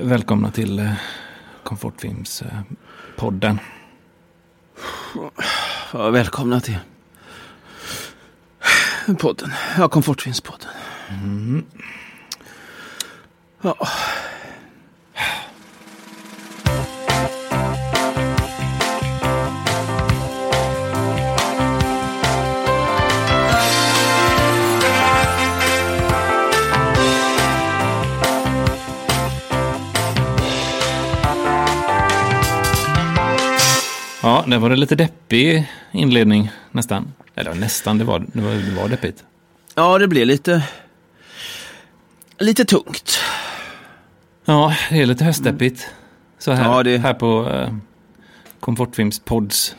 välkomna till eh, Komfortfilmspodden. Ja, välkomna till podden. Ja, Komfortfinspodden. Mm. Ja. Ja, det var det lite deppig inledning nästan. Eller nästan, det var, det var, det var deppigt. ja, det blir lite... Lite tungt. Ja, det är lite höstdeppigt. Så här, Ja, det- här på eh, Komfortfilmspods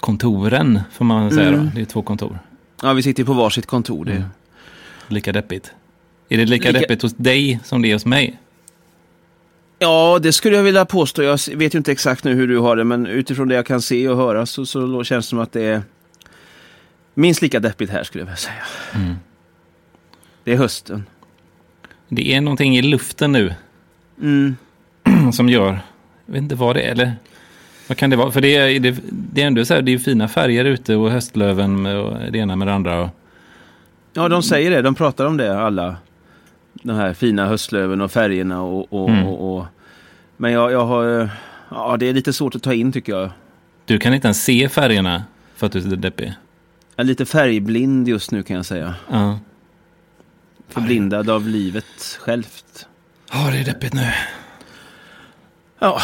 kontoren får man väl säga då. Mm. Det är två kontor. Ja, vi sitter ju på varsitt kontor. Det. Mm. Lika deppigt. Är det lika, Lika- deppigt hos dig som det är hos mig? Ja, det skulle jag vilja påstå. Jag vet ju inte exakt nu hur du har det, men utifrån det jag kan se och höra så, så känns det som att det är minst lika deppigt här, skulle jag vilja säga. Mm. Det är hösten. Det är någonting i luften nu Mm. som gör. Jag vet inte vad det är. Eller vad kan det vara? För det är, det, det är ändå så här, det är ju fina färger ute och höstlöven med- och det ena med det andra. Och, Ja, de säger det. De pratar om det, alla. De här fina höstlöven och färgerna och... och, Mm. och, och. Men jag, jag har... eh, Ja, det är lite svårt att ta in tycker jag. du kan inte ens se färgerna för att du är så deppig. Jag är lite färgblind just nu kan jag säga. Ja, Förblindad av livet självt. Ja, det är deppigt nu. Ja,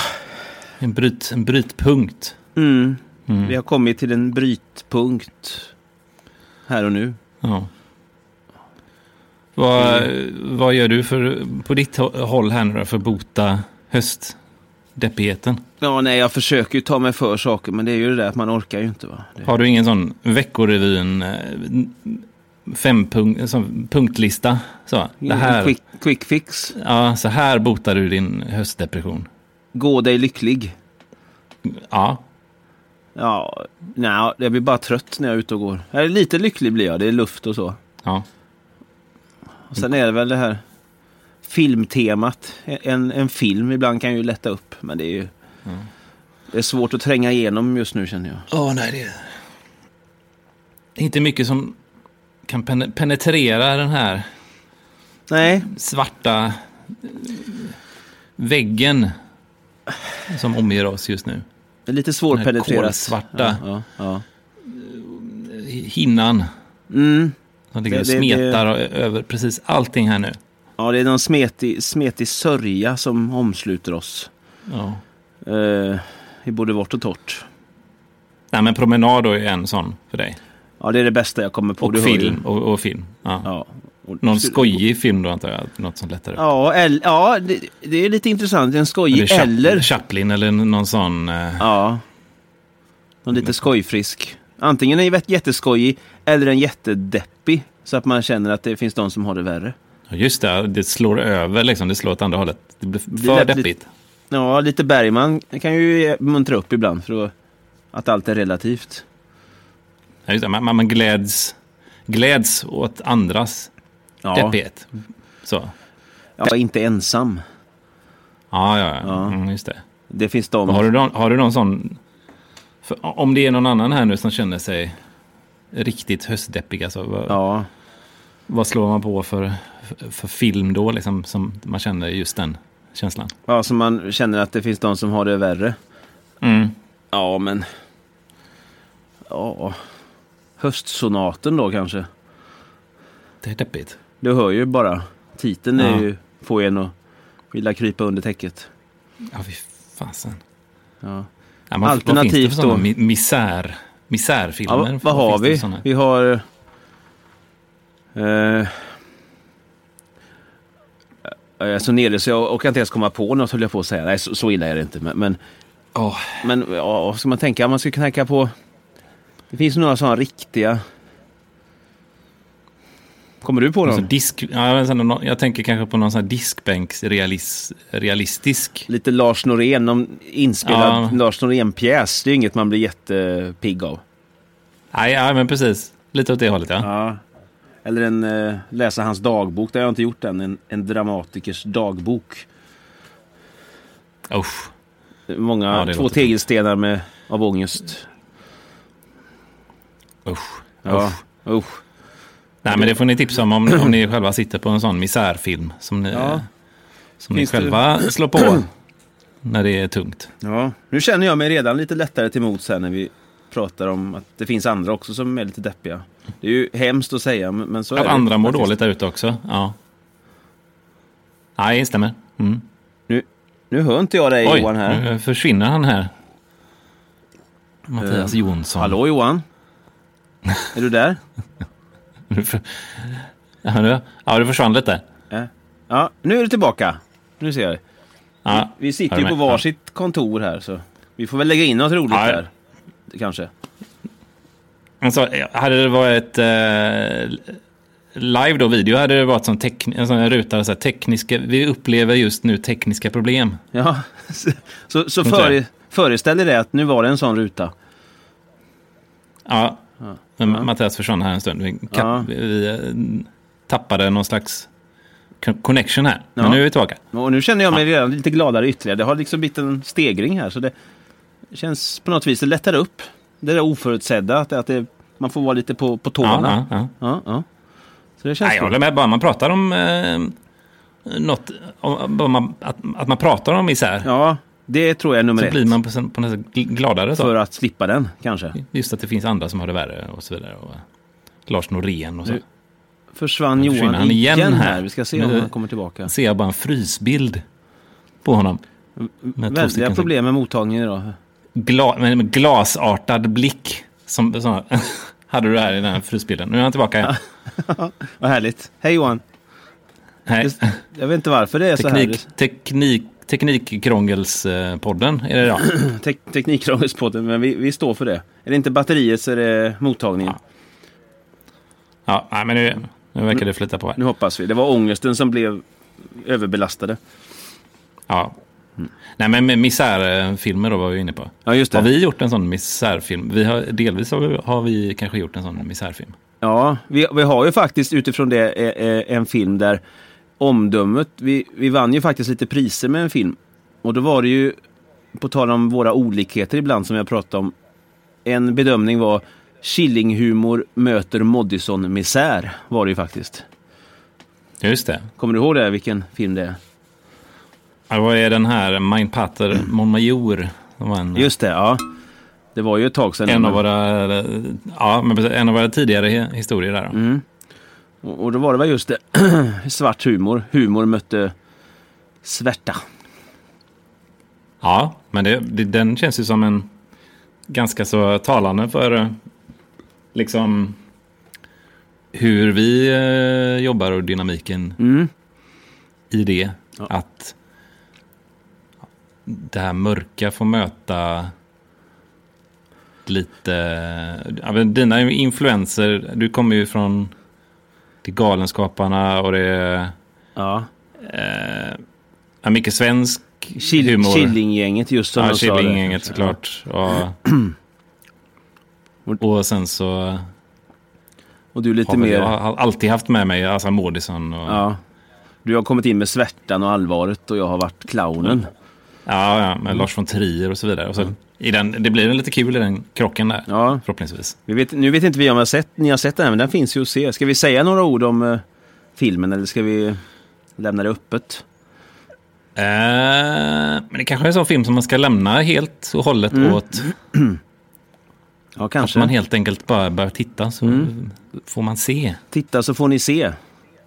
En, bryt, en brytpunkt. mm. Mm. vi har kommit till en brytpunkt här och nu. Ja. Vad, vad gör du för, på ditt hå- håll här nu då för att bota höstdeppigheten? Ja, nej, jag försöker ju ta mig för saker, men det är ju det där att man orkar ju inte. Va? Det... Har du ingen sån veckorevyn eh, fem punk, en sån punktlista? Så, det här, Quick, quick fix. ja, så här botar du din höstdepression. Gå dig lycklig. Ja, Ja, nej, jag blir bara trött när jag är ute och går. Jag är lite lycklig blir jag, det är luft och så. ja. Och sen är det väl det här filmtemat. En, en film ibland kan ju lätta upp, men det är ju... Mm. Det är svårt att tränga igenom just nu känner jag. Åh nej, det är... det är inte mycket som kan pen- penetrera den här Nej, svarta eh, väggen som omger oss just nu. det är lite Den här svårpenetrerat. kolsvarta. Ja, ja, Hinnan ja. Mm. som ligger och Det- det- det- smetar ö- över precis allting här nu. ja, det är någon smetig, smetig sörja som omsluter oss. Ja. Eh, I både vårt och torrt. Nej, men promenad då är en sån för dig. Ja, det är det bästa jag kommer på. Och du hör ju. film. Och, och film. Ja. Ja. Och- Någon skojig film då antar jag. Något som lättar upp. Ja, eller, ja det, det är lite intressant. En Eller skojig Chap- eller... Chaplin eller någon sån. eh, Ja. Någon lite skojfrisk. Antingen en jät- jätteskojig eller en jättedeppig. Så att man känner att det finns de som har det värre. Ja. Just det, det slår över liksom. Det slår åt andra hållet. Det blir Det för lät lite- deppigt. Ja, lite Bergman kan ju muntra upp ibland för att, att allt är relativt. Ja, just det, man, man man gläds, gläds åt andras Ja, deppighet. Så. jag är inte ensam. Ja, ja, ja. Ja. Mm, just det. Det finns de... Och Har du någon, har du någon sån... För om det är någon annan här nu som känner sig riktigt höstdeppig, alltså, vad, Ja. vad slår man på för, för, för film då, liksom, som man känner just den känslan? ja, så man känner att det finns de som har det värre. Mm. Ja, men... Ja... Höstsonaten då kanske. Det är deppigt. Du hör ju bara. Titeln Ja. är ju, får en att vilja krypa under täcket. Ja, fy fasen. Ja. Ja, man, vad Alternativt finns det för sådana då? mi- misär, misärfilmer? Ja, vad har finns det för vi? sådana? Vi har... Eh, jag är så nere så jag orkar inte ens komma på något höll jag på att säga. Nej, så, så illa är det inte. Men, men, Åh, men ja, vad ska man tänka? Man ska knacka på... Det finns några sådana riktiga... Kommer du på Någon sån någon? disk, ja, men sen nå- jag tänker kanske på någon sån här diskbänksrealistisk. Lite Lars Norén, någon inspelad Ja. Lars Norén-pjäs. Det är ju inget man blir jättepigg av. Nej, ja, men precis. Lite åt det hållet, ja. Ja. Eller en, eh, läsa hans dagbok. Det har jag inte gjort än. En, en dramatikers dagbok. Usch. Många, Ja, det två låter tegelstenar med, av ångest. Usch. Ja, Usch. usch. Nej, men det får ni tipsa om om, om ni själva sitter på en sån misärfilm som ni, Ja. som ni Finns det- själva slår på när det är tungt. Ja. Nu känner jag mig redan lite lättare till mods här när vi pratar om att det finns andra också som är lite deppiga. Det är ju hemskt att säga, men men så är Att det. andra mår faktiskt. dåligt där ute också. Ja. Nej, det stämmer. Mm. Nu hör inte jag dig Oj, Johan här. nu försvinner han här. Mattias Jonsson. Mm. Hallå Johan? Är du där? Nu för- Ja, nu- ja, du försvann lite. Ja, nu är du tillbaka. Nu ser jag dig. Ja, Vi sitter är ju du på med? Ja. varsitt kontor här, så vi får väl lägga in något roligt Ja. här. Kanske. Alltså, hade det varit eh, live då, video, hade det varit som tekn- en sån här ruta, så här, tekniska, vi upplever just nu tekniska problem. Ja, så- så, så Inte? före, föreställ er det att nu var det en sån ruta. Ja, men Ja. Mattias försvann här en stund. Vi, kap- Ja. vi eh, tappade någon slags con- connection här, Ja. men nu är vi tillbaka. Och nu känner jag mig redan lite gladare ytterligare. Det har liksom blivit en stegring här, så det känns på något vis, det lättar upp. Det där oförutsedda, att, det, att det, man får vara lite på, på Ja, tårna. ja, ja. Ja, ja. Så det känns Nej, jag bra. håller med, bara man pratar om eh, något, om, bara man, att, att man pratar om isär, Ja, det tror jag är nummer så ett. blir man på, på något sätt gl- gladare. Så. För att slippa den, kanske. Just att det finns andra som har det värre och så vidare. Och eh, Lars Norén och så. Nu- Försvann Nu Johan försvinner han igen, igen här. här. Vi ska se om Nu- han kommer tillbaka. ser jag bara en frysbild på honom. Med två Väldiga stycken så problem med mottagningen idag. Gla, med en glasartad blick. Som, som, hade du här i den här frysbilden. Nu är han tillbaka. igen. Vad härligt. Hej Johan. Nej, Just- Jag vet inte varför det är så teknik, teknik, Teknikkrångelspodden är det idag. här. Tek Teknikrångestpodden, men vi, vi står för det. Är det inte batteriet så är det mottagningen. Ja, nej, men nu, nu verkar det flytta på här. Nu hoppas vi. Det var ångesten som blev överbelastade. Ja. Nej, men med misärfilmer då var vi inne på. Ja, just Har det. vi gjort en sån misärfilm? Vi har, delvis har vi, har vi kanske gjort en sån misärfilm. Ja, vi, vi har ju faktiskt utifrån det eh, eh, en film där omdömet, vi, vi vann ju faktiskt lite priser med en film. Och då var det ju, på tal om våra olikheter ibland som jag pratade om, en bedömning var Killinghumor möter Moddison-misär var det ju faktiskt. Just det. Kommer du ihåg det, vilken film det är? Ja, vad är den här? Mein Pater Mon Major. Det var en- Just det, ja. Det var ju ett tag sedan. En av våra, ja, men precis, en av våra tidigare he- historier där. då. Och och då var det väl just det, svart humor. Humor mötte svärta. Ja, men det, det, den känns ju som en ganska så talande för eh, liksom hur vi eh, jobbar och dynamiken Mm. i det. Ja. Att det här mörka får möta lite... Ja, men dina influenser, du kommer ju från det är Galenskaparna och det är Ja. eh, ja, mycket svensk Kill, humor. Killinggänget just som ja, de sa där. Killinggänget såklart. Ja. Och, och sen så Och du lite har väl mer... jag har alltid haft med mig Assa Mårdison. Och, ja. Ja. Du har kommit in med svärtan och allvaret och jag har varit clownen. Mm. Ja, med Mm. Lars von Trier och så vidare. Och så, i den, det blir en lite kul i den krocken där, Ja, förhoppningsvis. vi vet, nu vet inte vi om vi har sett, ni har sett den, här, men den finns ju att se. Ska vi säga några ord om eh, filmen eller ska vi lämna det öppet? Eh, men det kanske är en sån film som man ska lämna helt och hållet åt. Ja, Att Mm. kanske. Mm. man helt enkelt bara börjar titta så får man se. Titta så får ni se.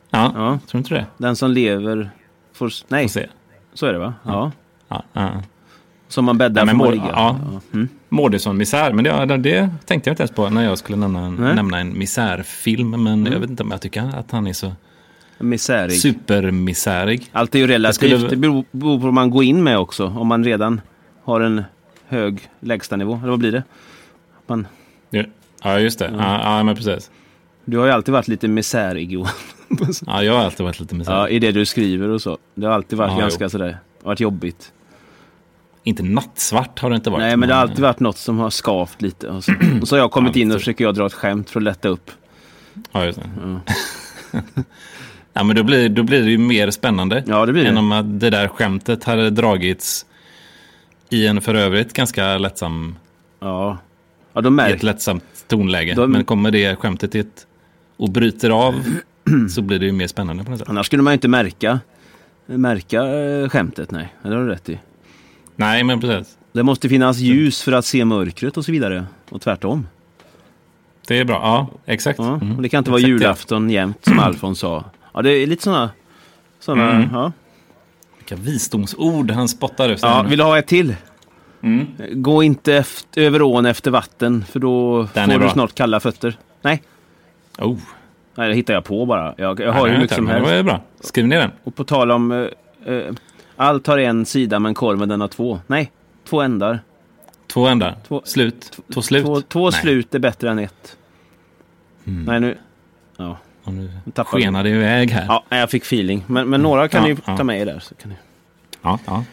Ja, Ja. tror du inte det? Den som lever får... s- Nej, Får se. så är det va? Ja. Ja, ja. Som man bäddar Nej, men får man mår, ligga. Mm. ja. Mårdison-misär, men det, det, det tänkte jag inte ens på när jag skulle nämna en, Nej. Mm. nämna en misärfilm. Men jag vet inte om jag tycker att han är så Misärig. supermisärig. Allt är ju relativt. Jag skulle- Det beror, beror på vad man går in med också. Om man redan har en hög lägstanivå. Eller vad blir det? Man, Ja, just det. Mm. Ja, ja, men precis. du har ju alltid varit lite misärig Johan. Ja, jag har alltid varit lite misärig. Ja, I det du skriver och så. Det har alltid varit Ja, ganska sådär. Varit jobbigt. Inte nattsvart har det inte varit. Nej, men det har alltid varit något som har skavt lite. Och så, och så har jag kommit in och försöker jag dra ett skämt för att lätta upp. Ja, just det. ja, men då blir, då blir det ju mer spännande. Ja, det blir än det. om att det där skämtet hade dragits I en för övrigt ganska lättsam, Ja, ja de i ett märker. lättsamt tonläge. De- Men kommer det skämtet i ett, och bryter av så blir det ju mer spännande på något sätt. Annars skulle man ju inte märka, märka eh, skämtet, nej. Ja, Det har du rätt i. Nej, men precis. Det måste finnas ljus för att se mörkret och så vidare. Och tvärtom. Det är bra. Ja, exakt. Ja. Mm. Och det kan inte vara Exakt, ja. julafton jämt, som Alfons sa. Ja, det är lite sådana... Såna, Mm. ja. Vilka visdomsord han spottar ut. ja, vill du ha ett till? Mm. Gå inte efter, över ån efter vatten, för då Den är får du bra. snart kalla fötter. Nej, Oh, nej det hittar jag på bara. Jag, jag jag har liksom hur mycket som Det var helst. ju bra. Skriv ner den. Och på tal om... eh, eh, allt har en sida, men korven den har två. Nej, två ändar. Två ändar. Två- slut. Två slut. Två, två Nej. slut är bättre än ett. Mm. Nej, nu... Och nu tappar vi. skenar det iväg här. Ja, jag fick feeling. Men, men några kan Ja, ni ja. ta med er där. Så kan ni... Ja, ja.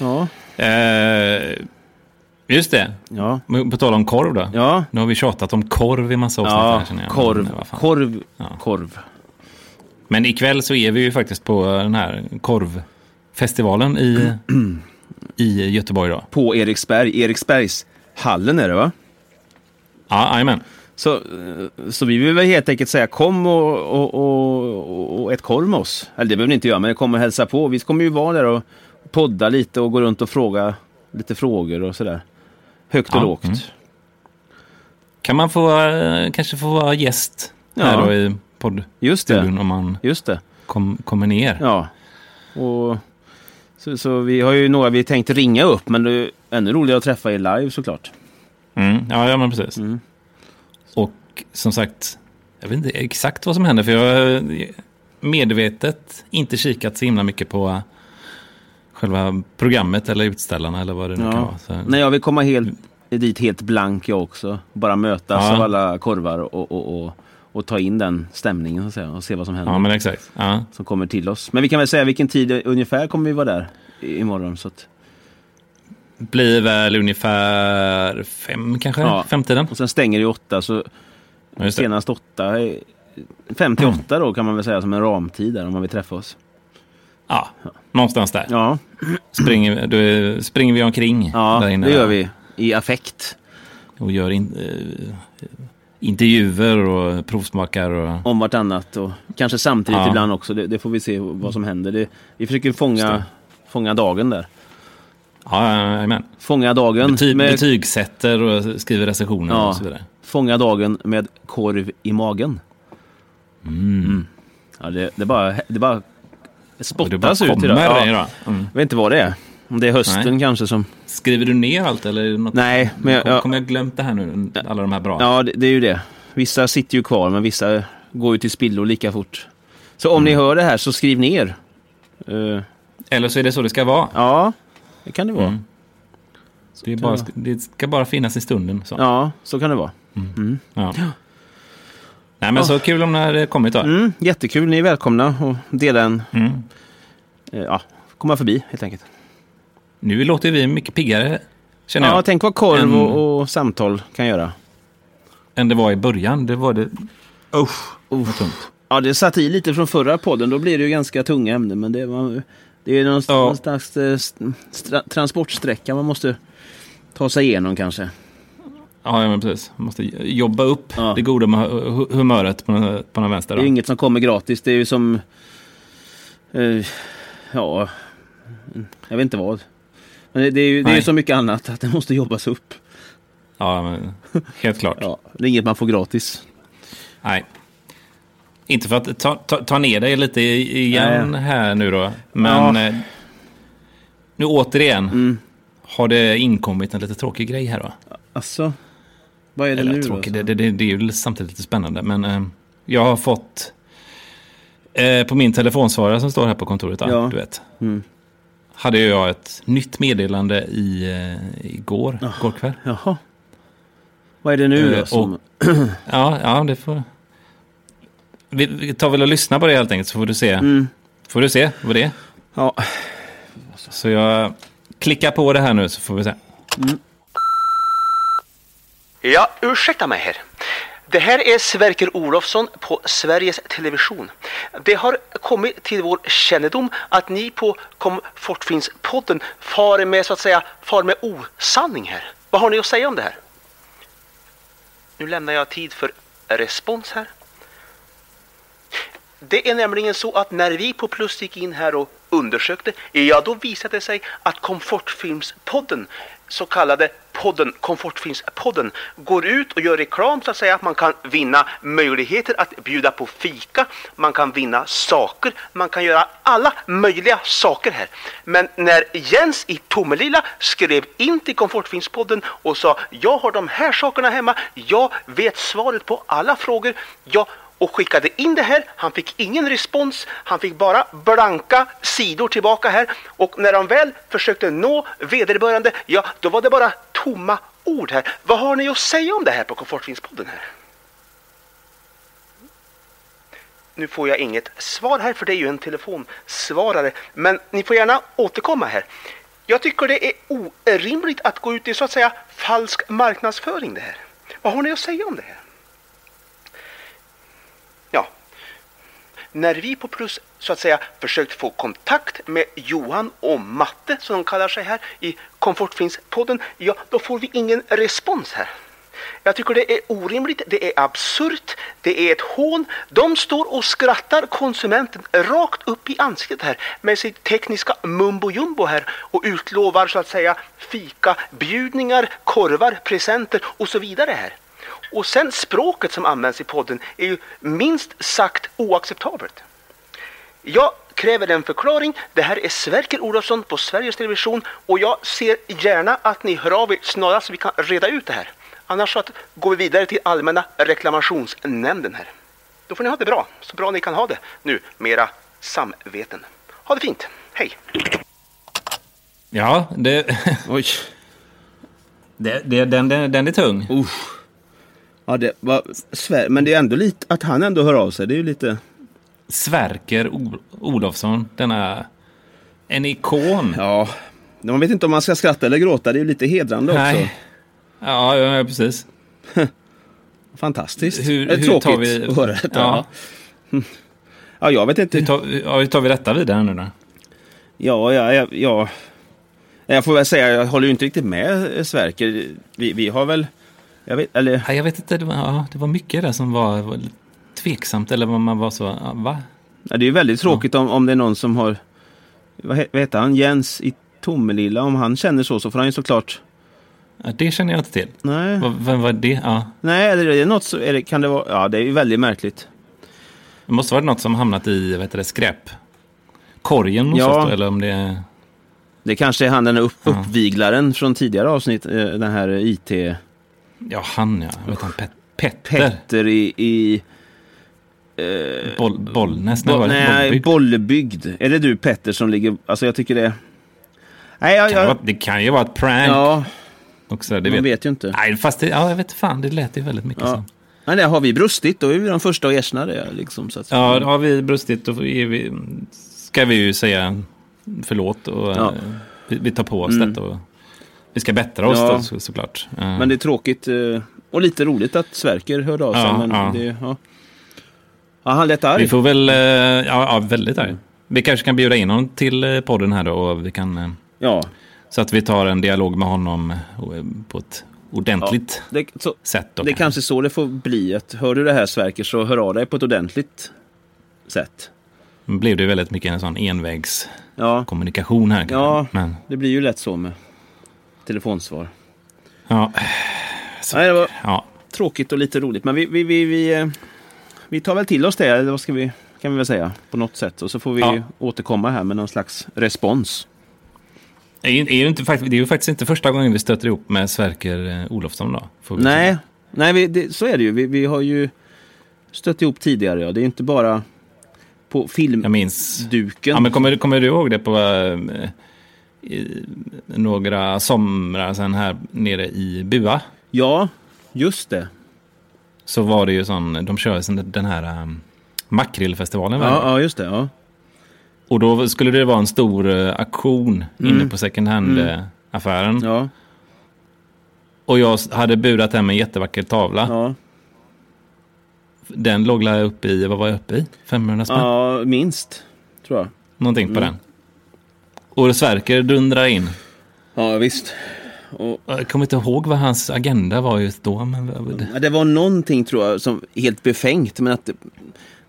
Ja, Eh, just det. ja, Men På tal om korv då. ja. Nu har vi tjatat om korv i massa avsnitt. Ja, här, känner jag. Men, korv, vad fan. korv, Ja. korv. Men ikväll så är vi ju faktiskt på den här korvfestivalen i, i Göteborg. Då. På Eriksberg, Eriksbergs hallen är det va? Ja, jajamän. Så, eh, så vi vill väl helt enkelt säga kom och, och, och, och ett korv med oss. Eller det behöver ni inte göra, men kom och hälsa på. Vi kommer ju vara där och podda lite och gå runt och fråga lite frågor och sådär. Högt och Ja, lågt. mm. Kan man få, eh, kanske få vara gäst Ja. här då i poddstudion Just det, om man just det. kom, kommer ner? Ja. Och, så, så vi har ju några vi tänkt ringa upp, men det är ännu roligare att träffa er live såklart. Mm, ja, ja, men precis. Mm. Och som sagt, jag vet inte exakt vad som händer för jag har medvetet inte kikat så himla mycket på själva programmet eller utställarna eller vad det nu Ja. kan vara. Så, Nej, jag vill komma helt, dit helt blank jag också. Bara mötas Ja. av alla korvar och, och, och, och ta in den stämningen så att säga, och se vad som händer. Ja, men exakt. Ja. Som kommer till oss. Men vi kan väl säga vilken tid ungefär kommer vi vara där i- imorgon. Så att, Blir väl ungefär fem kanske? Ja. Femtiden? och sen stänger det ju åtta, så Ja, Just det. senast åtta. är- Fem till åtta då kan man väl säga som en ramtid där om man vill träffa oss. Ja, någonstans där. Ja, Springer, då springer vi omkring ja där inne det gör vi. I affekt. och gör in, eh, intervjuer och provsmakar. Och, om vartannat och kanske samtidigt Ja. ibland också. Det, det får vi se vad som händer. Det, vi försöker Just fånga, det. fånga dagen där. ja, ja, Fånga dagen, Bety, med, Betygsätter och skriver recensioner Ja. och så vidare. fånga dagen med korv i magen. Mm. Ja, det, det bara, det bara Och det bara spottas ut kommer idag. Ja, det idag. Mm. jag vet inte vad det är. Om det är hösten Nej. kanske som... Skriver du ner allt eller är det något? Nej, men jag, Kom- jag, Kommer jag glömt det här nu? Alla de här bra. ja, det, det är ju det. Vissa sitter ju kvar men vissa går ju till spillo lika fort. Så om Mm. ni hör det här så skriv ner. Eh, Eller så är det så det ska vara. ja, det kan det vara. Mm. Det, är bara, det ska bara finnas i stunden. Så. Ja, så kan det vara. Ja. Nej men så kul om ni har kommit då. Mm, jättekul, ni är välkomna och dela en... Mm. Eh, ja, komma förbi helt enkelt. Nu låter vi mycket piggare känner Ja, jag. tänk vad korv En- och, och samtal kan göra. Än det var i början. Det var det... Usch. Uff. Ja, det satt i lite från förra podden, då blir det ju ganska tunga ämnen. Men det, var, det är någon, Ja. någon slags eh, stra- transportsträcka man måste ta sig igenom kanske. Ja, ja men precis. Man måste jobba upp Ja. det goda hu- humöret på den, på den vänster. Det är ju Då. inget som kommer gratis, det är ju som... Eh, ja, jag vet inte vad. Men det, det är ju det är ju Nej. så mycket annat att det måste jobbas upp. Ja, men, helt klart. Ja, det är inget man får gratis. Nej. Inte för att ta, ta, ta ner dig lite i- igen här nu då. Men eh, nu återigen Mm. har det inkommit en lite tråkig grej här då. Alltså, vad är det nu Eller då? tråkig, det, det, det, det är ju samtidigt lite spännande. Men eh, jag har fått eh, på min telefonsvarare som står här på kontoret. då, Ja. Du vet. Mm. Hade jag ett nytt meddelande i, eh, igår, Ah. igår kväll. Jaha. Vad är det nu Eh, då? Som... Ja, ja, det får... Vi, vi tar väl och lyssnar på det helt enkelt så får du se. Mm. Får du se vad det är. Ja. Så jag klickar på det här nu så får vi se. Ja, ursäkta mig här. Det här är Sverker Olofsson på Sveriges Television. Det har kommit till vår kännedom att ni på Komfortfinns-podden far med så att säga far med osanning här. Vad har ni att säga om det här? Nu lämnar jag tid för respons här. Det är nämligen så att när vi på Plus gick in här och undersökte, ja då visade det sig att Komfortfilmspodden, så kallade podden, Komfortfilmspodden, går ut och gör reklam så att säga. Man kan vinna möjligheter att bjuda på fika, man kan vinna saker, man kan göra alla möjliga saker här. Men när Jens i Tomelilla skrev in till Komfortfilmspodden och sa jag har de här sakerna hemma, jag vet svaret på alla frågor, jag och skickade in det här. Han fick ingen respons. Han fick bara blanka sidor tillbaka här. Och när han väl försökte nå vederbörande, ja, då var det bara tomma ord här. Vad har ni att säga om det här på Komfortfinspodden här? Nu får jag inget svar här för det är ju en telefonsvarare. Men ni får gärna återkomma här. Jag tycker det är orimligt att gå ut i så att säga falsk marknadsföring det här. Vad har ni att säga om det här? när vi på Plus så att säga försökt få kontakt med Johan och Matte som de kallar sig här i Komfortfinns-podden, ja då får vi ingen respons här. Jag tycker det är orimligt, det är absurt, det är ett hån. De står och skrattar konsumenten rakt upp i ansiktet här med sitt tekniska mumbo jumbo här och utlovar så att säga fika, bjudningar, korvar, presenter och så vidare här. Och sen språket som används i podden är ju minst sagt oacceptabelt. Jag kräver en förklaring. Det här är Sverker Olofsson på Sveriges Television och jag ser gärna att ni hör av er snarast så vi kan reda ut det här. Annars så att går vi vidare till Allmänna reklamationsnämnden här. Då får ni ha det bra, så bra ni kan ha det nu med era samveten. Ha det fint, hej! Ja, det... Oj. det, det den, den, den är tung. Uff. Ja, det var Sver men det är ändå lite att han ändå hör av sig. Det är ju lite... Sverker Ol Olofsson, denna... En ikon. Ja, man vet inte om man ska skratta eller gråta. Det är ju lite hedrande Nej. också. Ja, ja, ja, precis. Fantastiskt. Hur- Eller hur tråkigt tar vi- att höra detta. Ja. Ja. ja, jag vet inte. Hur tar, ja, hur tar vi detta vidare nu då? Ja, ja, ja, ja. Jag får väl säga, jag håller ju inte riktigt med eh, Sverker. Vi, vi har väl... Jag vet, eller... Ja, jag vet inte, det var, ja, det var mycket där som var, var lite tveksamt. Eller vad man var så, ja, va? Ja, det är ju väldigt tråkigt om, om det är någon som har... Vad, he, vad heter han? Jens i Tomelilla. Om han känner så, så får han ju såklart... Ja, det känner jag inte till. Nej. Vad- Vem var det? Ja. Nej, eller är det något så, eller kan det vara, ja det är ju väldigt märkligt. Det måste vara något som hamnat i vad heter det, skräpkorgen någonstans Ja. då, eller om det är... Det kanske är han den upp, uppviglaren från tidigare avsnitt, eh, den här IT... Ja, han ja. Vet han, Pet Petter? Petter i... i Boll Bollnäs? eh, bo, var det? nej, Bollbygd? Bollebygd. Är det du Petter som ligger, alltså jag tycker det... Nej, jag... Det kan ju jag vara- det kan ju vara ett prank ja, också. Det man vet. vet ju inte. Nej, alltså. fast det, ja, jag vet fan. Det lät ju väldigt mycket Ja. så. Men det har vi brustit, då är vi de första att erkänna det. Liksom, så att, Ja, har vi brustit då är vi, ska vi ju säga förlåt och Ja. Mm. eh, vi, vi tar på oss detta. Och, vi ska bättra oss Ja. då, så, såklart. Eh, Men det är tråkigt eh, och lite roligt att Sverker hörde av sig. Ja, men ja. Det, ja. Ja, han lät Vi arg. får väl, eh, ja, ja väldigt arg. Vi kanske kan bjuda in honom till eh, podden här då och vi kan... eh, Ja, Så att vi tar en dialog med honom eh, på ett ordentligt det, så, sätt. Då, Det är kanske. kanske så det får bli. Att hör du det här Sverker så hör av dig på ett ordentligt sätt. Nu blev det ju väldigt mycket en sån envägskommunikation Ja, här. kanske. Ja. Men, det blir ju lätt så med telefonsvar. ja, Nej, det var ja. tråkigt och lite roligt. Men vi, vi, vi, vi, eh, vi tar väl till oss det, eller vad ska vi, kan vi väl säga, på något sätt. Och så får vi Ja. återkomma här med någon slags respons. Det, är ju, är ju inte, fakt- det är ju faktiskt inte första gången vi stöter ihop med Sverker eh, Olofsson. Då, får vi säga. Nej, nej vi, det, så är det ju. Vi, vi har ju stött ihop tidigare. Ja. Det är inte bara på Jag minns. filmduken. Ja, men kommer, kommer du ihåg det på eh, i, några somrar sen här nere i Bua? ja, just det. Så var det ju sån, de kör ju sån- den här um, makrillfestivalen. varje år. Ja, ja, just det. Ja. Och då skulle det vara en stor uh, aktion inne på second eh, hand-affären. Mm. Ja, Och jag s- hade burat hem en jättevacker tavla. ja. Den låg la jag uppe i, vad var jag uppe i? 500 spänn? Ja, Mm. minst. Tror jag. Någonting på den. Och Sverker dundrar in. Ja, visst. Och, Jag kommer inte ihåg vad hans agenda var just då. Men vad- det- ja, det var någonting, tror jag, som helt befängt. Men att det,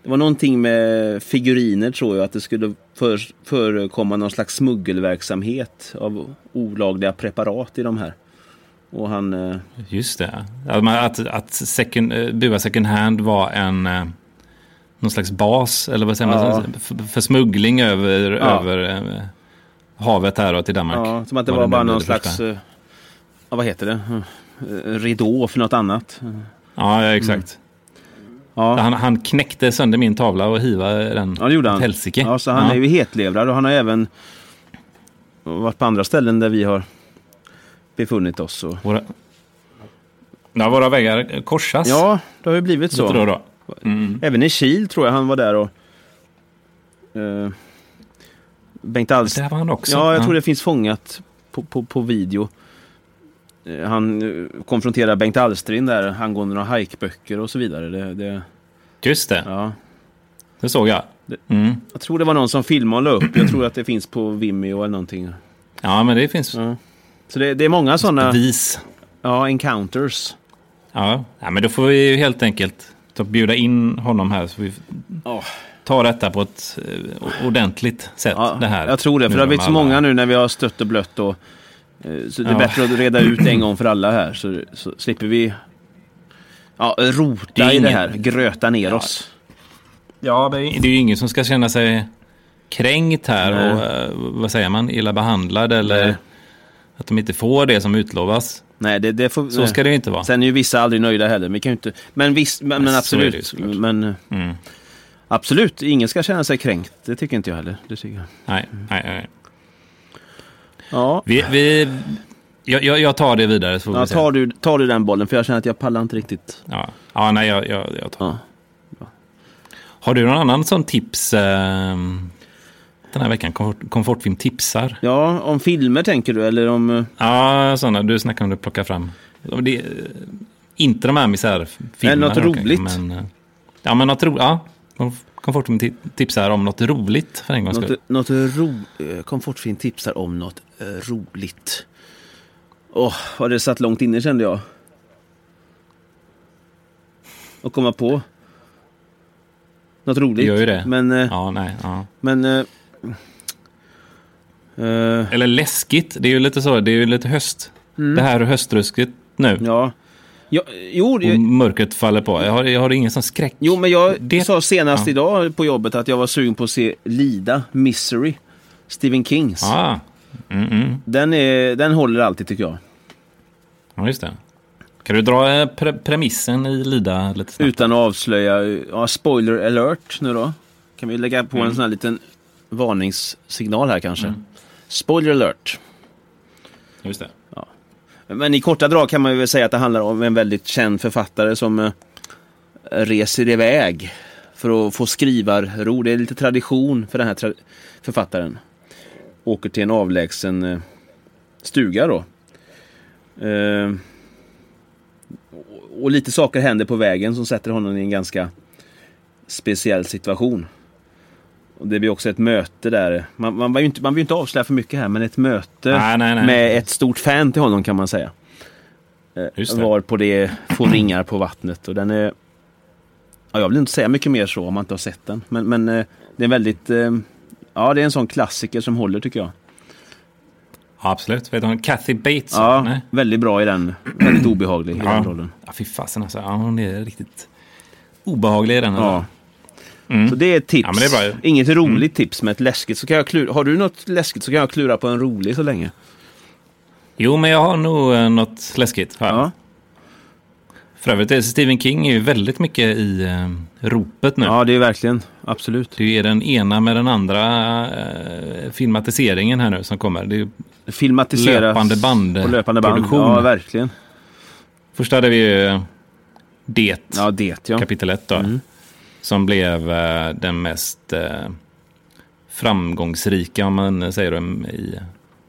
det var någonting med figuriner, tror jag. Att det skulle för, förekomma någon slags smuggelverksamhet av olagliga preparat i de här. Och han... eh, Just det. Att, man- att, att second, eh, Bua Second Hand var en... eh, Någon slags bas eller vad säger Ja. man? För, för smuggling över, Ja. över eh, havet här och till Danmark. Ja, som att det Vad var nu bara blir någon det slags... första. eh, Ja, vad heter det? Eh, Ridå för något annat. Ja, ja exakt. mm. Ja, Han, han knäckte sönder min tavla och hivade den. ja det gjorde han. åt Helsike. Ja, så han Ja. är ju hetlevrad och han har även varit på andra ställen där vi har befunnit oss. Och... Våra, ja, våra vägar korsas. Ja, det har ju blivit lite då och så. då. Mm. Även i Kil tror jag han var där och... eh, Bengt Alst Där var han också. Ja, jag tror det finns fångat på, på, på video. Eh, Han eh, konfronterar Bengt Alstrin där angående några hajkböcker och så vidare. Det, det, Just det, ja. det såg jag. Mm. Jag tror det var någon som filmade och la upp. Jag tror att det finns på Vimeo eller någonting. Ja, men det finns Ja. Så det, det är många sådana bevis. ja, encounters. Ja. ja, men då får vi ju helt enkelt ta, bjuda in honom här. Så vi Ja. tar detta på ett eh, ordentligt sätt. det här. jag tror det, för Nu det har med blivit så alla- många nu när vi har stött och blött. Och, eh, så det är Ja. bättre att reda ut en gång för alla här så, så slipper vi ja, rota Det är i det ingen- här, gröta ner oss. Ja, det är det är ju ingen som ska känna sig kränkt här Nej. och eh, vad säger man, illa behandlad eller Nej. att de inte får det som utlovas. Nej, det, det får, Så ska det ju inte vara. Sen är ju vissa aldrig nöjda heller. Vi kan ju inte, men visst, men, men så är det ju absolut. såklart. Men eh, Mm. absolut, ingen ska känna sig kränkt. Det tycker inte jag heller. Det tycker jag. Nej, nej, nej. Ja, Vi, vi, jag, jag, jag tar det vidare. Så får ja vi se. tar, du, tar du den bollen? För jag känner att jag pallar inte riktigt. Ja, ja nej, jag, jag, jag tar. Ja. Har du någon annan sån tips eh, den här veckan? Komfort, komfortfilm tipsar? ja, om filmer tänker du eller om... eh, Ja, sådana. Du snackar om att plocka fram. Det, är, eh, inte de här misärfilmerna. Men något dock, roligt. Men, eh, ja, men något roligt. Ja, Kom- komfortfilm ti- tipsar om något roligt för en gångs skull. Något, något ro... eh, Komfortfilm tipsar om något eh, roligt. Åh, vad det satt långt inne kände jag. Att komma på. Något roligt. Gör ju det. Men, eh, Ja, nej, ja. men... eh, eh, Eller läskigt. Det är ju lite så. Det är ju lite höst. Det här är höstrusket nu. Mm. ja. ja. Jo, det, Och mörkret faller på. Jag har, jag har ingen sån skräck. jo, men jag Det- sa senast ja. idag på jobbet att jag var sugen på att se Lida, Misery, Stephen Kings. Ja, mm, mm. Den, är, den håller alltid tycker jag. ja just det. Kan du dra eh, pre premissen i Lida lite snabbt? Utan att avslöja, ja, spoiler alert nu då. Kan vi lägga på en sån här liten varningssignal här kanske. Spoiler alert. Just det. Men i korta drag kan man ju väl säga att det handlar om en väldigt känd författare som eh, reser iväg för att få skrivarro. Det är lite tradition för den här tra- författaren. Åker till en avlägsen eh, stuga då. Eh, och- och lite saker händer på vägen som sätter honom i en ganska speciell situation. Och det blir också ett möte där. Man, man, var ju inte, man vill ju inte avslöja för mycket här men ett möte Nej, nej, nej. med ett stort fan till honom kan man säga. Just det. Var på det får ringar på vattnet och den är... Ja, jag vill inte säga mycket mer så om man inte har sett den. Men, men eh, det är en väldigt... eh, Ja, det är en sån klassiker som håller tycker jag. Ja, absolut. Vet du hon? Kathy Bates? Ja, Nej. väldigt bra i den. Väldigt obehaglig i den rollen. Ja, fy fasen alltså. Ja, hon är riktigt obehaglig i den. Ja. Ja. Mm. Så det är ett tips. Ja, men det är Mm. bra. Inget roligt tips men ett läskigt. Så kan jag klura. Har du något läskigt så kan jag klura på en rolig så länge. Jo, men jag har nog eh, något läskigt. Här. Ja. För övrigt, är Stephen King är ju väldigt mycket i eh, ropet nu. Ja, det är verkligen. Absolut. Det är den ena med den andra eh, filmatiseringen här nu som kommer. Det är, ju- Filmatiseras. Löpande band. På löpande band. Produktion. Ja, verkligen. först hade vi ju eh, Det, Ja, Mm. det ja. kapitel 1 då. Som blev eh, den mest eh, framgångsrika, om man säger det, i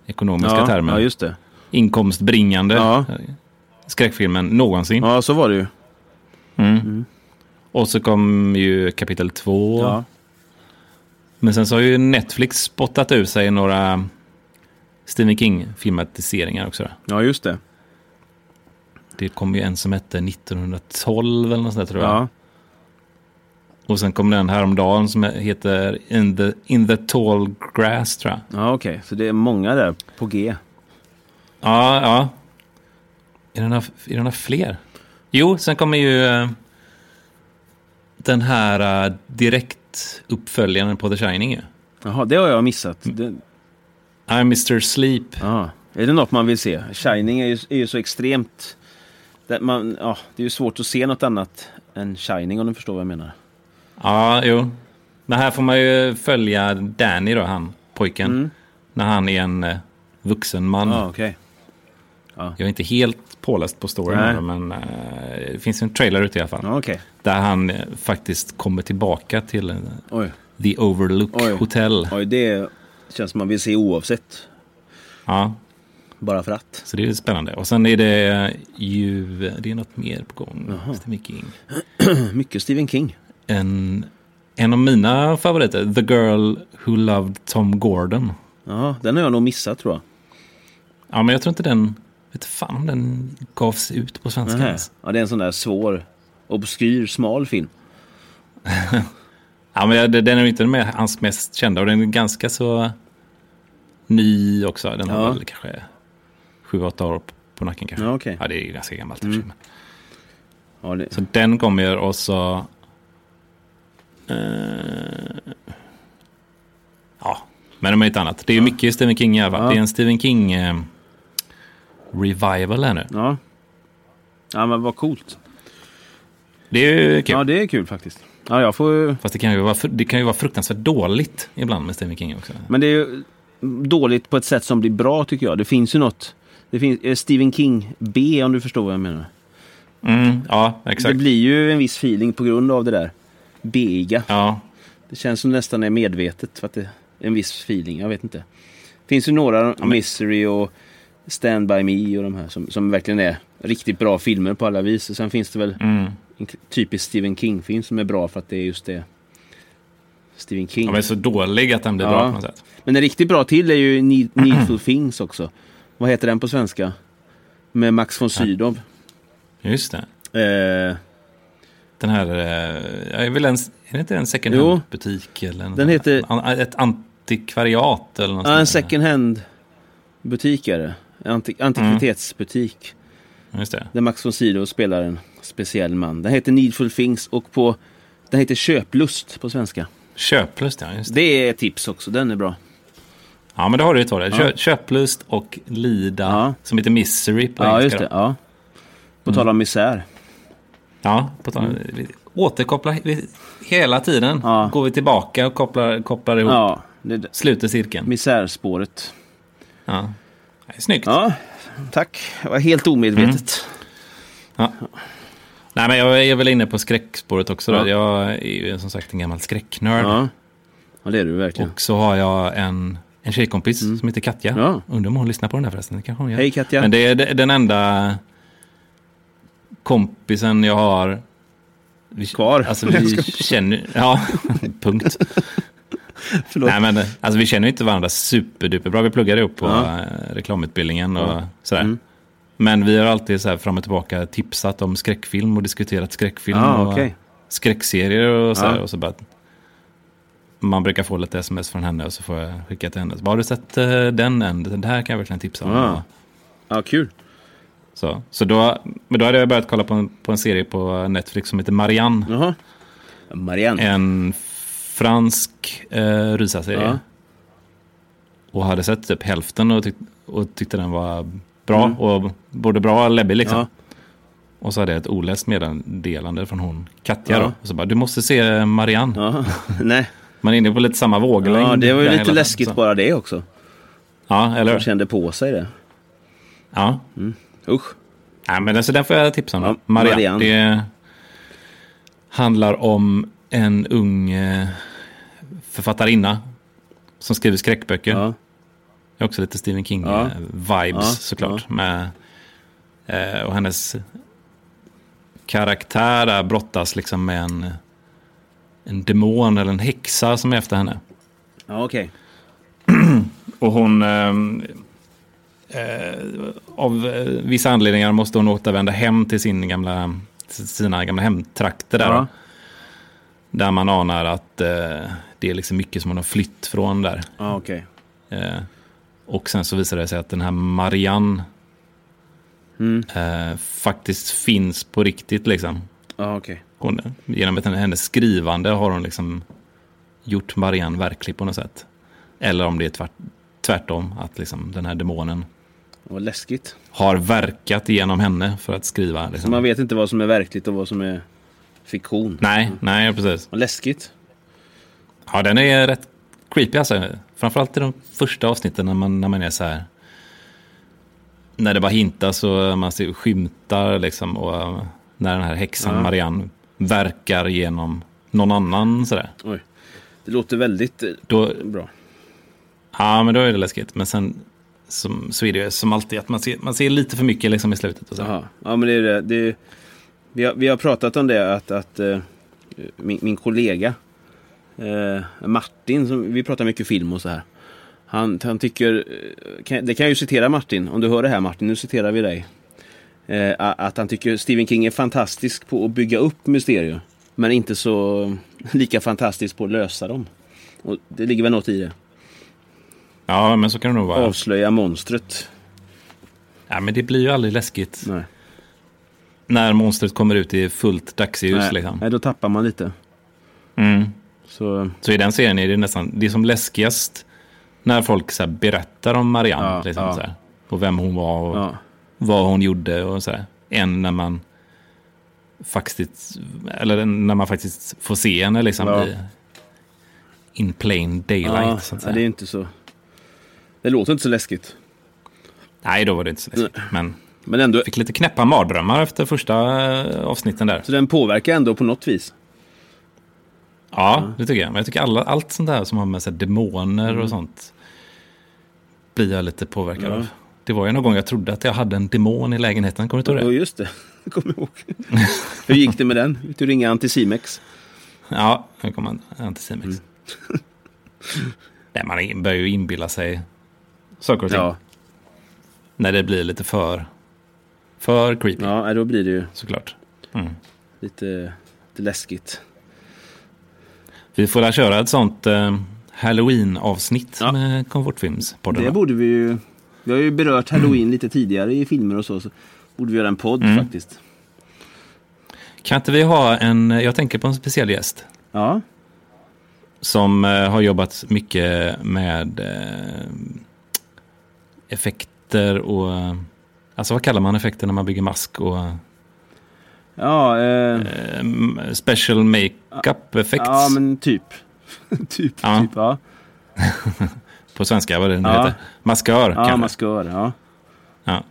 ekonomiska ja, termer. Ja, just det. inkomstbringande Ja. skräckfilmen någonsin. Ja, så var det ju. Och så kom ju kapitel två. Ja. Men sen så har ju Netflix spottat ur sig några Stephen King-filmatiseringar också. Då. ja, just det. Det kom ju en som hette 1912 eller något sånt där, tror jag. Ja. Och sen kom den häromdagen som heter In the, In the Tall Grass tror jag. Ja, okej. Så det är många där på G. Ja, ja. Är det några, är det några fler? Jo, sen kommer ju eh, den här eh, direkt uppföljaren på The Shining ju. Jaha, det har jag missat. Det, I'm Mr. Sleep. ja. Är det något man vill se? Shining är ju, är ju så extremt... Där man, ja, det är ju svårt att se något annat än Shining om du förstår vad jag menar. Ja, jo. Men här får man ju följa Danny då, han pojken. När han är en eh, vuxen man. Mm. Ja, okej. Jag är inte helt påläst på storyn, Nej. här, men eh, det finns en trailer ute i alla fall. Ja, okej. Där han eh, faktiskt kommer tillbaka till eh, Oj. The Overlook Oj. Hotel. Oj, det känns som man vill se oavsett. Ja, Bara för att. så det är ju spännande. Och sen är det ju, det är något mer på gång. Stephen King. Mycket Stephen King. En, en av mina favoriter, The Girl Who Loved Tom Gordon. Ja, den har jag nog missat tror jag. Ja, men jag tror inte den, vet fan om den gavs ut på svenska. Nähä. ens. Ja, det är en sån där svår, obskyr, smal film. Ja, men jag- den är ju inte med, hans mest kända och den är ganska så ny också. Den har Ja. väl kanske sju, åtta år på- på nacken kanske. Ja, okej. Mm. ja det är ju ganska gammalt. i och för sig, men- Ja, det... Så den kommer och så... Eh, ja, men om inte annat. Det är ju mycket Stephen King i alla fall. Ja. Det är en Stephen King eh, revival här nu. ja. ja men vad coolt. Det är ju kul. Ja, det är kul faktiskt. Ja, jag får... Fast det kan, ju vara, fr- det kan ju vara fruktansvärt dåligt ibland med Stephen King också. Men det är ju dåligt på ett sätt som blir bra tycker jag. Det finns ju något. Det finns eh, Stephen King B om du förstår vad jag menar. Mm, ja, exakt. Det blir ju en viss feeling på grund av det där. Beiga. Ja, Det känns som nästan är medvetet för att det är en viss feeling. Jag vet inte. Det finns ju några, Misery och Stand By Me och de här som, som verkligen är riktigt bra filmer på alla vis. Och sen finns det väl mm. en k- typisk Stephen King-film som är bra för att det är just det. Stephen King. De är så dålig att den blir Ja. bra på något sätt. Men en riktigt bra till är ju Need, Needful Things också. Vad heter den på svenska? Med Max von Sydow. Just det. Eh, Den här, eh, jag vill ens, är det inte en second Jo. hand-butik? Eller något Den sånt? heter- An, ett antikvariat eller något ja, en sånt där. second hand-butik är det. En antik- antikvitetsbutik. Just det. Där Max von Sydow spelar en speciell man. Den heter Needful Things och på, den heter Köplust på svenska. Köplust, ja. Just det. Det är ett tips också, den är bra. Ja, men det har du ju Torre. Kö, Köplust och Lida, Ja. som heter Misery på Ja, engelska. just då. det. Ja. På Mm. tal om misär. Ja, på tal vi Återkoppla vi, hela tiden. Ja. Går vi tillbaka och kopplar, kopplar ihop. Ja, det är Sluter cirkeln. misärspåret. Ja. Det är snyggt. Ja, tack. Det var helt omedvetet. Nej, men jag är väl inne på skräckspåret också. Då. Ja. Jag är ju som sagt en gammal skräcknörd. Mm. Ja. ja, det är du verkligen. Och så har jag en, en tjejkompis som heter Katja. Mm. Ja. Undrar om hon lyssnar på den här förresten. Det kanske hon gör. Hej, Katja. Men det är de- den enda kompisen jag har. Vi, Kvar. Alltså vi känner... Ja, punkt. Förlåt. Nej, men, eh, alltså, vi känner ju inte varandra superduperbra. Vi pluggade upp på Ja. Mm. eh, reklamutbildningen och sådär. Men vi har alltid så här fram och tillbaka tipsat om skräckfilm och diskuterat skräckfilm. Ja, och Ah, okej. Skräckserier och så, här, Ja. och så bara, Man brukar få lite sms från henne och så får jag skicka till henne. Så bara, har du sett eh, den än? Den här kan jag verkligen tipsa om. Ja. Och Ja, kul. Så, så då, men då hade jag börjat kolla på en, på en serie på Netflix som heter Marianne. Jaha. Marianne. En fransk eh, rysarserie. Ja. Och hade sett typ hälften och, tyck, och tyckte den var bra. Och både bra och läbbig liksom. Mm. Ja. Och så hade jag ett oläst meddelande från hon Katja Ja. då. Och så bara, du måste se Marianne. Ja, nej. Man är inne på lite samma våglängd. Ja, det var ju där lite hela läskigt tiden, så. bara det också. Ja, eller De hur? kände på sig det. Ja. Usch. Nej, men alltså, den får jag tipsa om. Ja, Ja, Marianne. Marianne. Det handlar om en ung eh, författarinna som skriver skräckböcker. Ja. Det är också lite Stephen Ja. King-vibes Ja, såklart. Med, eh, och hennes karaktär där brottas liksom med en, en demon eller en häxa som är efter henne. Ja, okej. Och hon... ehm, eh, av eh, vissa anledningar måste hon återvända hem till sin gamla, till sina gamla hemtrakter. Där, Ja. där man anar att eh, det är liksom mycket som hon har flytt från där. Ja, okej. Eh, och sen så visar det sig att den här Marianne eh, faktiskt finns på riktigt. liksom. Ja, okej. Hon, genom att hennes skrivande har hon liksom gjort Marianne verklig på något sätt. Eller om det är tvärt, tvärtom, att liksom den här demonen Vad läskigt. har verkat genom henne för att skriva. Liksom. Man vet inte vad som är verkligt och vad som är fiktion. Nej, nej, precis. Vad läskigt. Ja, den är rätt creepy alltså. Framförallt i de första avsnitten när man, när man är så här. När det bara hintas och man ser, skymtar liksom. Och eh, när den här häxan Marianne verkar genom någon annan sådär. Oj. Det låter väldigt eh, Då, bra. ja, men då är det läskigt. Men sen som, så är det ju som alltid att man ser, man ser lite för mycket liksom i slutet. Och så. Jaha. Ja, men det är det. det är, vi, har, vi har pratat om det att, att eh, min, min kollega eh, Martin, som, vi pratar mycket film och så här. Han, han tycker, eh, kan, det kan jag ju citera Martin, om du hör det här Martin, nu citerar vi dig. Eh, a- att han tycker Stephen King är fantastisk på att bygga upp mysterier. Men inte så lika fantastisk på att lösa dem. Och det ligger väl något i det. Ja, men så kan det nog vara. Avslöja monstret. Ja, men det blir ju aldrig läskigt Nej. när monstret kommer ut i fullt dagsljus. Nej. Liksom. Nej, då tappar man lite. Mm. Så, Så i den serien är det nästan det är som läskigast när folk så här berättar om Marianne. Ja, liksom, ja. Så här, och vem hon var och ja. vad hon gjorde. Och så här, än när man faktiskt, eller när man faktiskt får se henne liksom, Ja. i, in plain daylight. så att ja, säga. det är inte så... Det låter inte så läskigt. Nej, då var det inte så läskigt. Men Men ändå, fick lite knäppa mardrömmar efter första eh, avsnitten där. så den påverkar ändå på något vis. Mm. Ja, det tycker jag. Men jag tycker alla, allt sånt där som har med så här, demoner och sånt blir jag lite påverkad av. Det var ju någon gång jag trodde att jag hade en demon i lägenheten, kommer du inte Ja, ihåg det? just det. Jag kommer ihåg. Hur gick det med den? Du ringa Anticimex? Ja, nu kom han, antisemix. Mm. Nej, man in- börjar ju inbilla sig saker och ting Ja, när det blir lite för, för creepy, ja nej, då blir det ju såklart. Mm. lite, lite läskigt. Vi får väl köra ett sånt eh, Halloween-avsnitt Ja. med Komfortfilmspodden. Det va? borde vi ju... Vi har ju berört halloween lite tidigare i filmer och så. så borde vi göra en podd Mm. faktiskt. Kan inte vi ha en, jag tänker på en speciell gäst. Ja, som eh, har jobbat mycket med eh, effekter och... eh, Alltså vad kallar man effekter när man bygger mask och ja, eh, eh, m- special makeup effects? ja men typ. typ, Ja. typ, ja. På svenska, vad det nu Ja. heter. Maskör Ja, kanske. maskör, ja. ja.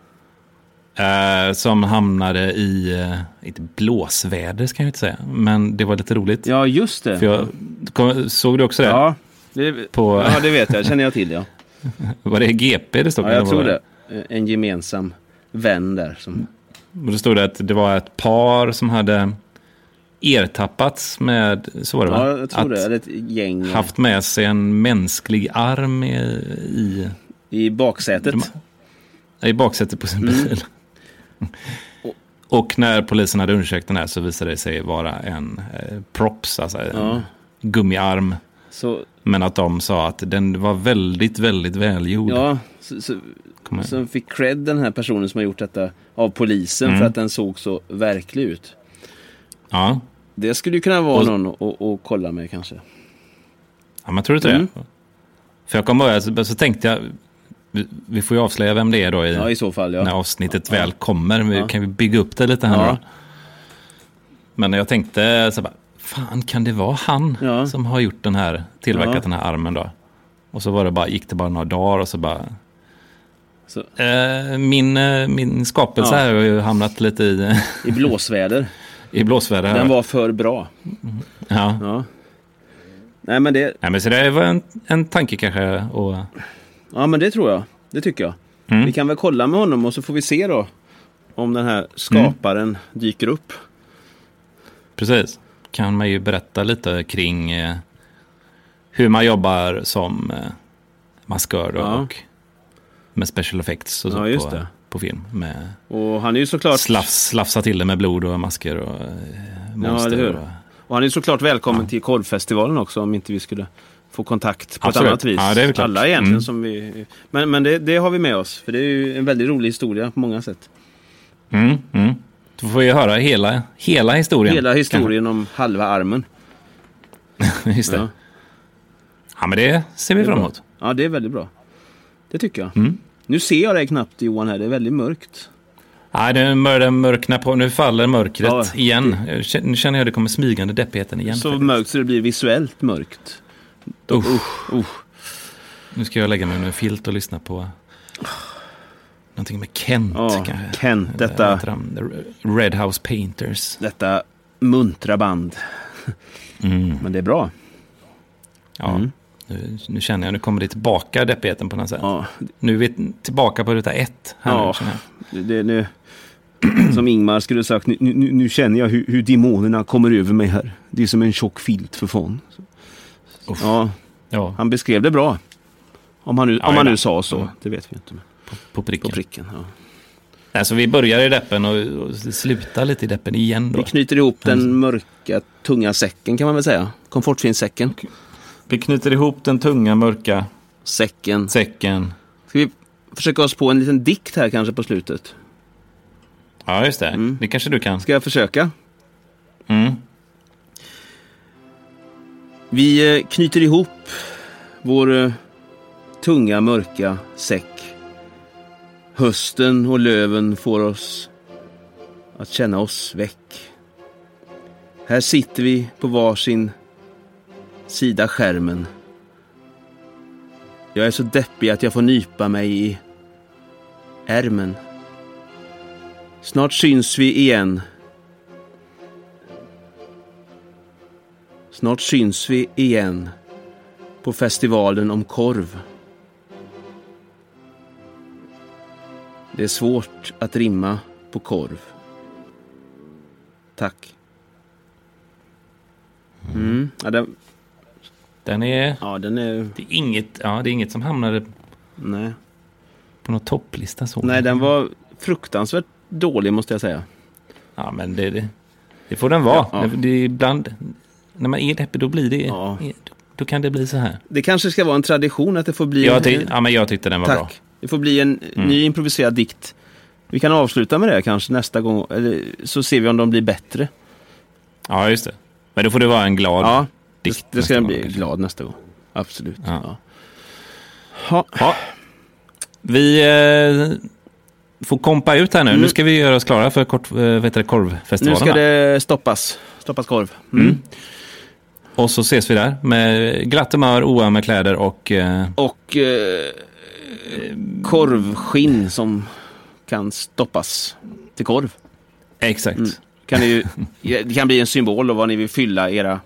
Eh, som hamnade i, eh, inte blåsväder ska jag ju inte säga, men det var lite roligt. Ja, just det. För jag, kom, såg du också det? Ja, det, På, ja, det vet jag. känner jag till, ja. Var det GP det stod? Ja, Eller jag vad tror var det. Eh, En gemensam vän där. Som, Och då stod det att det var ett par som hade ertappats med, så var det ja, va? jag tror Mm. att det. Eller ett gäng haft med sig en mänsklig arm i, i, i baksätet. Mm. i baksätet på sin Mm. bil. Och när polisen hade undersökt den här så visade det sig vara en eh, props, alltså en Ja. gummiarm. Så, Men att de sa att den var väldigt, väldigt välgjord. ja, så, så, Kommer- så fick cred den här personen som har gjort detta av polisen Mm. för att den såg så verklig ut. ja. Det skulle ju kunna vara Och- någon att- att att kolla med kanske. Ja, man tror inte Mm. det. För jag kommer ihåg, så, så tänkte jag, vi, vi får ju avslöja vem det är då i, Ja, i så fall när ja. avsnittet väl kommer. Men Ja. Kan vi bygga upp det lite här nu Ja. då? Men jag tänkte så bara, fan kan det vara han Ja. som har gjort den här, tillverkat Ja. den här armen då? Och så var det bara, gick det bara några dagar och så bara, Så, eh, min, eh, min skapelse Ja. här har ju hamnat lite i, I blåsväder. i blåsväder. här. Den var för bra. Ja. Ja. Nej men det, Nej, men så det var en, en tanke kanske. Och, ja, men det tror jag. Det tycker jag. Mm. Mm. Vi kan väl kolla med honom och så får vi se då om den här skaparen dyker upp. precis. Kan man ju berätta lite kring eh, hur man jobbar som eh, maskör och, Ja. och med special effects och så Ja, just på, det. på film. Med Och han är ju såklart... slafs, slafsa till det med blod och masker och eh, monster. eller hur? och, Och han är såklart välkommen till korvfestivalen också om inte vi skulle få kontakt på Absolut. ett annat vis. Ja, det är väl klart. Alla egentligen Mm. som vi... Men, men det, det har vi med oss, för det är ju en väldigt rolig historia på många sätt. mm, mm. Du får ju höra hela, hela historien. Hela historien om halva armen. Kanske. Just det. Ja. Ja. men det ser vi Det är fram bra. emot. Ja, det är väldigt bra. Det tycker jag. Mm. Nu ser jag dig knappt Johan här, det är väldigt mörkt. Nej, nu börjar det mörkna på. Nu faller mörkret Ja. igen. Nu känner jag det kommer smygande deppigheten igen. Så mörkt så det blir visuellt mörkt. Usch. Usch. Nu ska jag lägga mig under en filt och lyssna på någonting med Kent Ja, kanske. Kent, Eller vad detta, heter han? The Red House Painters. detta muntra band. Mm. Men det är bra. Ja. Mm. Nu, nu känner jag, nu kommer det tillbaka deppigheten på något sätt. Ja, Nu är vi tillbaka på ruta ett. Här Ja. nu, känner jag. det, det, nu, som Ingmar skulle ha sagt, nu, nu, nu känner jag hur, hur demonerna kommer över mig här. Det är som en tjock filt för fan. Uff. Ja, ja, han beskrev det bra. Om han nu, Ja, om han ja. nu sa så, Mm. det vet vi inte. Men på, på på pricken. pricken. Ja. Alltså, vi börjar i deppen och, och slutar lite i deppen igen då. Vi knyter ihop den mörka, tunga säcken kan man väl säga. Komfortfinssäcken. Vi knyter ihop den tunga mörka Säcken. säcken. Ska vi försöka oss på en liten dikt här kanske på slutet? Ja, just det. Mm. Det kanske du kan. Ska jag försöka? Mm. Vi eh, knyter ihop vår eh, tunga mörka säck. Hösten och löven får oss att känna oss väck. Här sitter vi på varsin sida skärmen. Jag är så deppig att jag får nypa mig i ärmen. Snart syns vi igen. Snart syns vi igen på festivalen om korv. Det är svårt att rimma på korv. Tack. Mm. Ja, den, Den är... ja, den är... Det är, inget, ja, det är inget som hamnade Nej. på någon topplista. Så. Nej, den var fruktansvärt dålig måste jag säga. Ja, men det, det, det får den vara. Ja. Det, det är ibland, när man är deppig, då blir det... Ja. Då kan det bli så här. Det kanske ska vara en tradition att det får bli... Jag, tyck, ja, men jag tyckte den var bra. Mm. Tack. Det får bli en ny improviserad dikt. Vi kan avsluta med det kanske nästa gång, eller så ser vi om de blir bättre. Ja, just det. Men då får det vara en glad Ja, dikt. det nästa ska den gång bli kanske. glad nästa gång. Absolut. Ja. Ja. Ja. Ja. Vi eh, får kompa ut här nu. Nu ska vi göra oss klara för kort, eh, vad heter det, Mm. Nu korvfestivalen. ska det stoppas. Stoppas korv. Mm. Och så ses vi där med glatt humör, oömma kläder och... Eh, Och eh, korvskinn som kan stoppas till korv. exakt. Kan det, ju, det kan bli en symbol av vad ni vill fylla era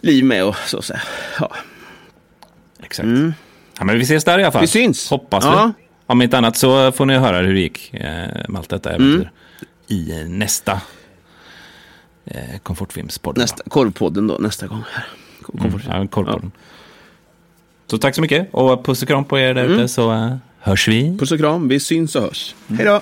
liv med och så att säga. Ja. Exakt. Ja, men vi ses där i alla fall. Mm. Vi syns. Hoppas Ja. vi. Om inte annat så får ni höra hur det gick eh, med allt detta Mm. äventyr i eh, nästa eh, Komfortfilmspodd. Nästa, korvpodden då, nästa gång. Här. Mm. Ja, korvpodden. Så Mm. tack så mycket och puss och kram på er där ute så eh, hörs vi Puss och kram, vi syns och hörs. Hej då!